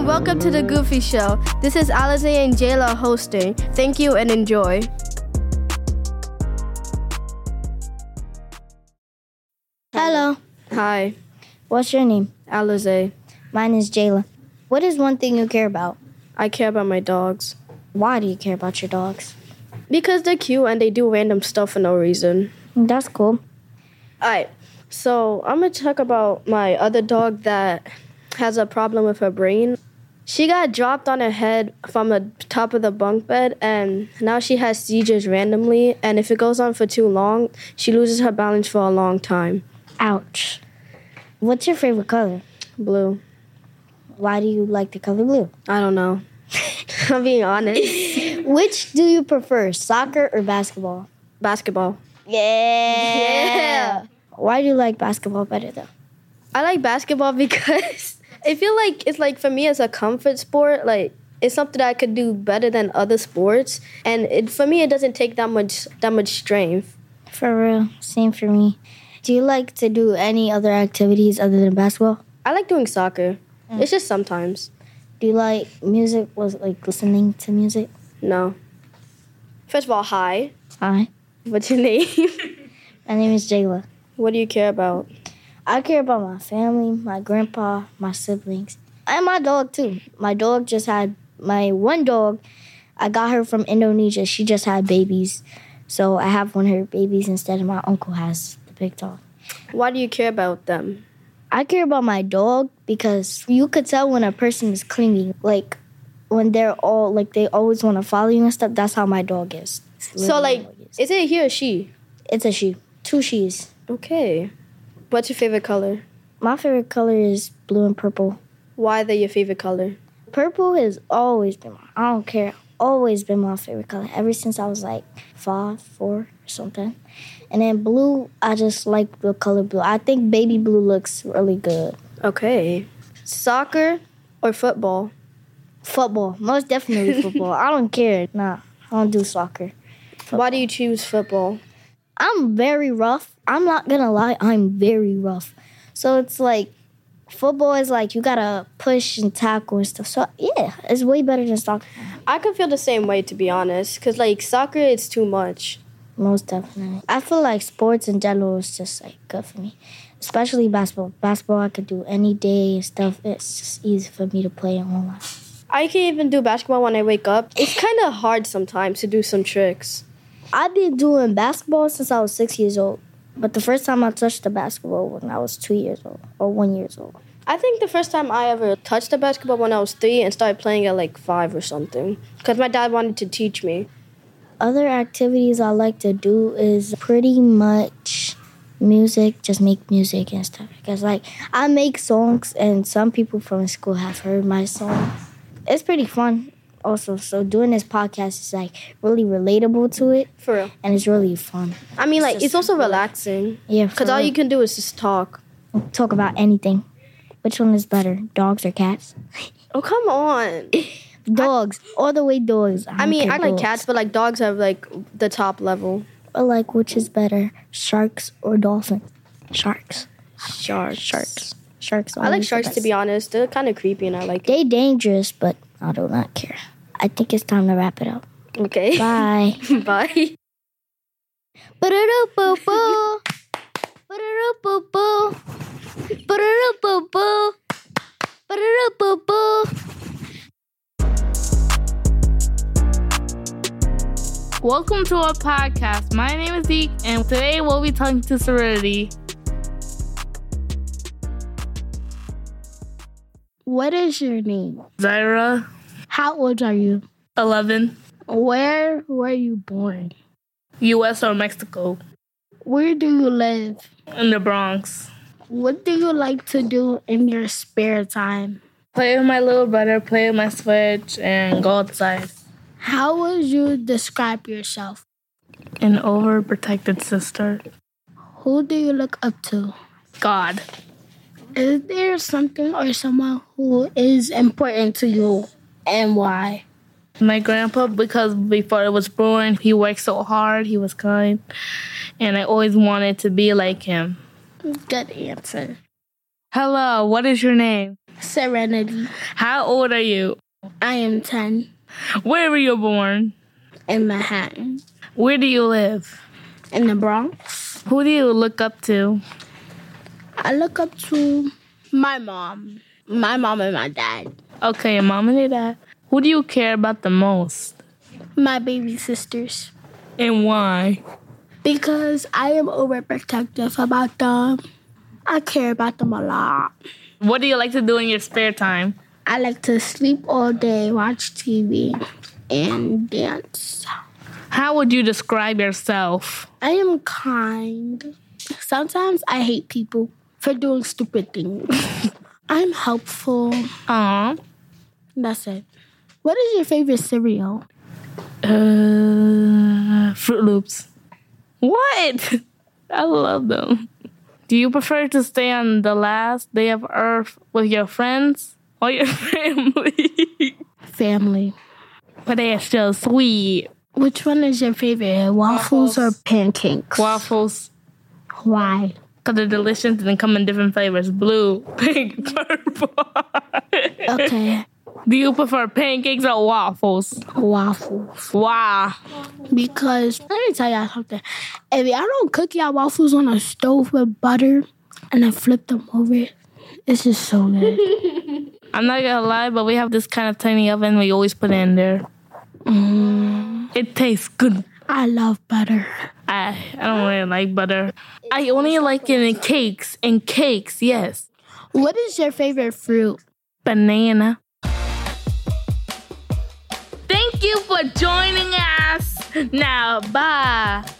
Welcome to The Goofy Show. This is Alize and Jayla hosting. Thank you and enjoy. Hello. Hi, What's your name? Alize. Mine is Jayla. What is one thing you care about? I care about my dogs Why do you care about your dogs? because they're cute and they do random stuff for no reason. That's cool. All right, so I'm gonna talk about my other dog that has a problem with her brain. She got dropped on her head from the top of the bunk bed, and now she has seizures randomly. And if it goes on for too long, she loses her balance for a long time. Ouch. What's your favorite color? Blue. Why do you like the color blue? I don't know. I'm being honest. Which do you prefer, soccer or basketball? Basketball. Yeah. Why do you like basketball better though? I like basketball because I feel like it's like for me it's a comfort sport. Like it's something that I could do better than other sports, and it, for me it doesn't take that much that much strength. For real, same for me. Do you like to do any other activities other than basketball? I like doing soccer. It's just sometimes. Do you like music? Was it like listening to music? No. First of all, hi. Hi. What's your name? My name is Jayla. what do you care about? I care about my family, my grandpa, my siblings, and my dog too. My dog just had my one dog. I got her from Indonesia. She just had babies, so I have one of her babies instead of my uncle has the big dog. Why do you care about them? I care about my dog because you could tell when a person is clingy, like when they're all like they always want to follow you and stuff. That's how my dog is. So like, it's, is it he or she? it's a she, two she's. Okay. What's your favorite color? My favorite color is blue and purple. Why they're your favorite color? Purple has always been my, I don't care, always been my favorite color ever since I was like five, four, or something. And then blue, I just like the color blue. I think baby blue looks really good. Okay. Soccer or football? Football, most definitely football. I don't care. Nah, I don't do soccer. Why do you choose football? I'm very rough. I'm not gonna lie, I'm very rough. So it's like, football is like you gotta push and tackle and stuff. So yeah, it's way better than soccer. I could feel the same way to be honest, because like soccer, it's too much. Most definitely. I feel like sports in general is just like good for me, especially basketball. Basketball I could do any day and stuff. It's just easy for me to play online. I can't even do basketball when I wake up. It's kind of hard sometimes to do some tricks. I've been doing basketball since I was six years old, but the first time I touched the basketball when I was two years old or one years old. I think the first time I ever touched a basketball when I was three and started playing at like five or something, because my dad wanted to teach me. Other activities I like to do is pretty much music, just make music and stuff. Because like I make songs, and some people from school have heard my song. It's pretty fun. Also, so doing this podcast is like really relatable to it, For real. and it's really fun. I mean, like, just it's also relaxing, Yeah, because all you can do is just talk. can talk about anything. Which one is better, dogs or cats? Oh, come on. Dogs, all the way dogs. I don't mean, care I like dogs. cats, but like dogs have like the top level. Or like, which is better, sharks or dolphins? Sharks, Sharks. sharks, sharks. I like sharks to be honest. They're kind of creepy and I like it. They dangerous, but I do not care. I think it's time to wrap it up. Okay. Bye. Bye. Ba-da-da-boo-boo. Ba-da-da-boo-boo. Ba-da-da-boo-boo. Ba-da-da-boo-boo. Welcome to our podcast. My name is Zeke, and today we'll be talking to Serenity. What is your name? Zyra, How old are you? 11, Where were you born? US or Mexico, Where do you live? in the Bronx. What do you like to do in your spare time? Play with my little brother, play with my Switch, and go outside. How would you describe yourself? An overprotected sister. Who do you look up to? God. Is there something or someone who is important to you and why? My grandpa, because before it was born, he worked so hard, he was kind, and I always wanted to be like him. Good answer. Hello, what is your name? Serenity. How old are you? I am 10 Where were you born? in Manhattan, Where do you live? in the Bronx. Who do you look up to? I look up to my mom, my mom and my dad, Okay, your mom and your dad. Who do you care about the most my baby sisters, and why? because I am overprotective about them. I care about them a lot. What do you like to do in your spare time? I like to sleep all day, watch TV, and dance. How would you describe yourself? I am kind. Sometimes I hate people for doing stupid things. I'm helpful. Aw. That's it. What is your favorite cereal? Uh, Fruit Loops. What? I love them. Do you prefer to stay on the last day of Earth with your friends or your family? Family. but they are still sweet. Which one is your favorite, waffles, or pancakes? Waffles, Why? because they're delicious and they come in different flavors blue, pink, purple. Okay, Do you prefer pancakes or waffles? waffles. Wow. Because let me tell y'all something. If y'all don't cook y'all waffles on a stove with butter and then flip them over, it's just so good. I'm not gonna lie, but we have this kind of tiny oven we always put in there. Mm. It tastes good. I love butter. I I don't really like butter. I only like it in cakes. In cakes, yes. What is your favorite fruit? Banana. Thank you for joining us. Now, bye.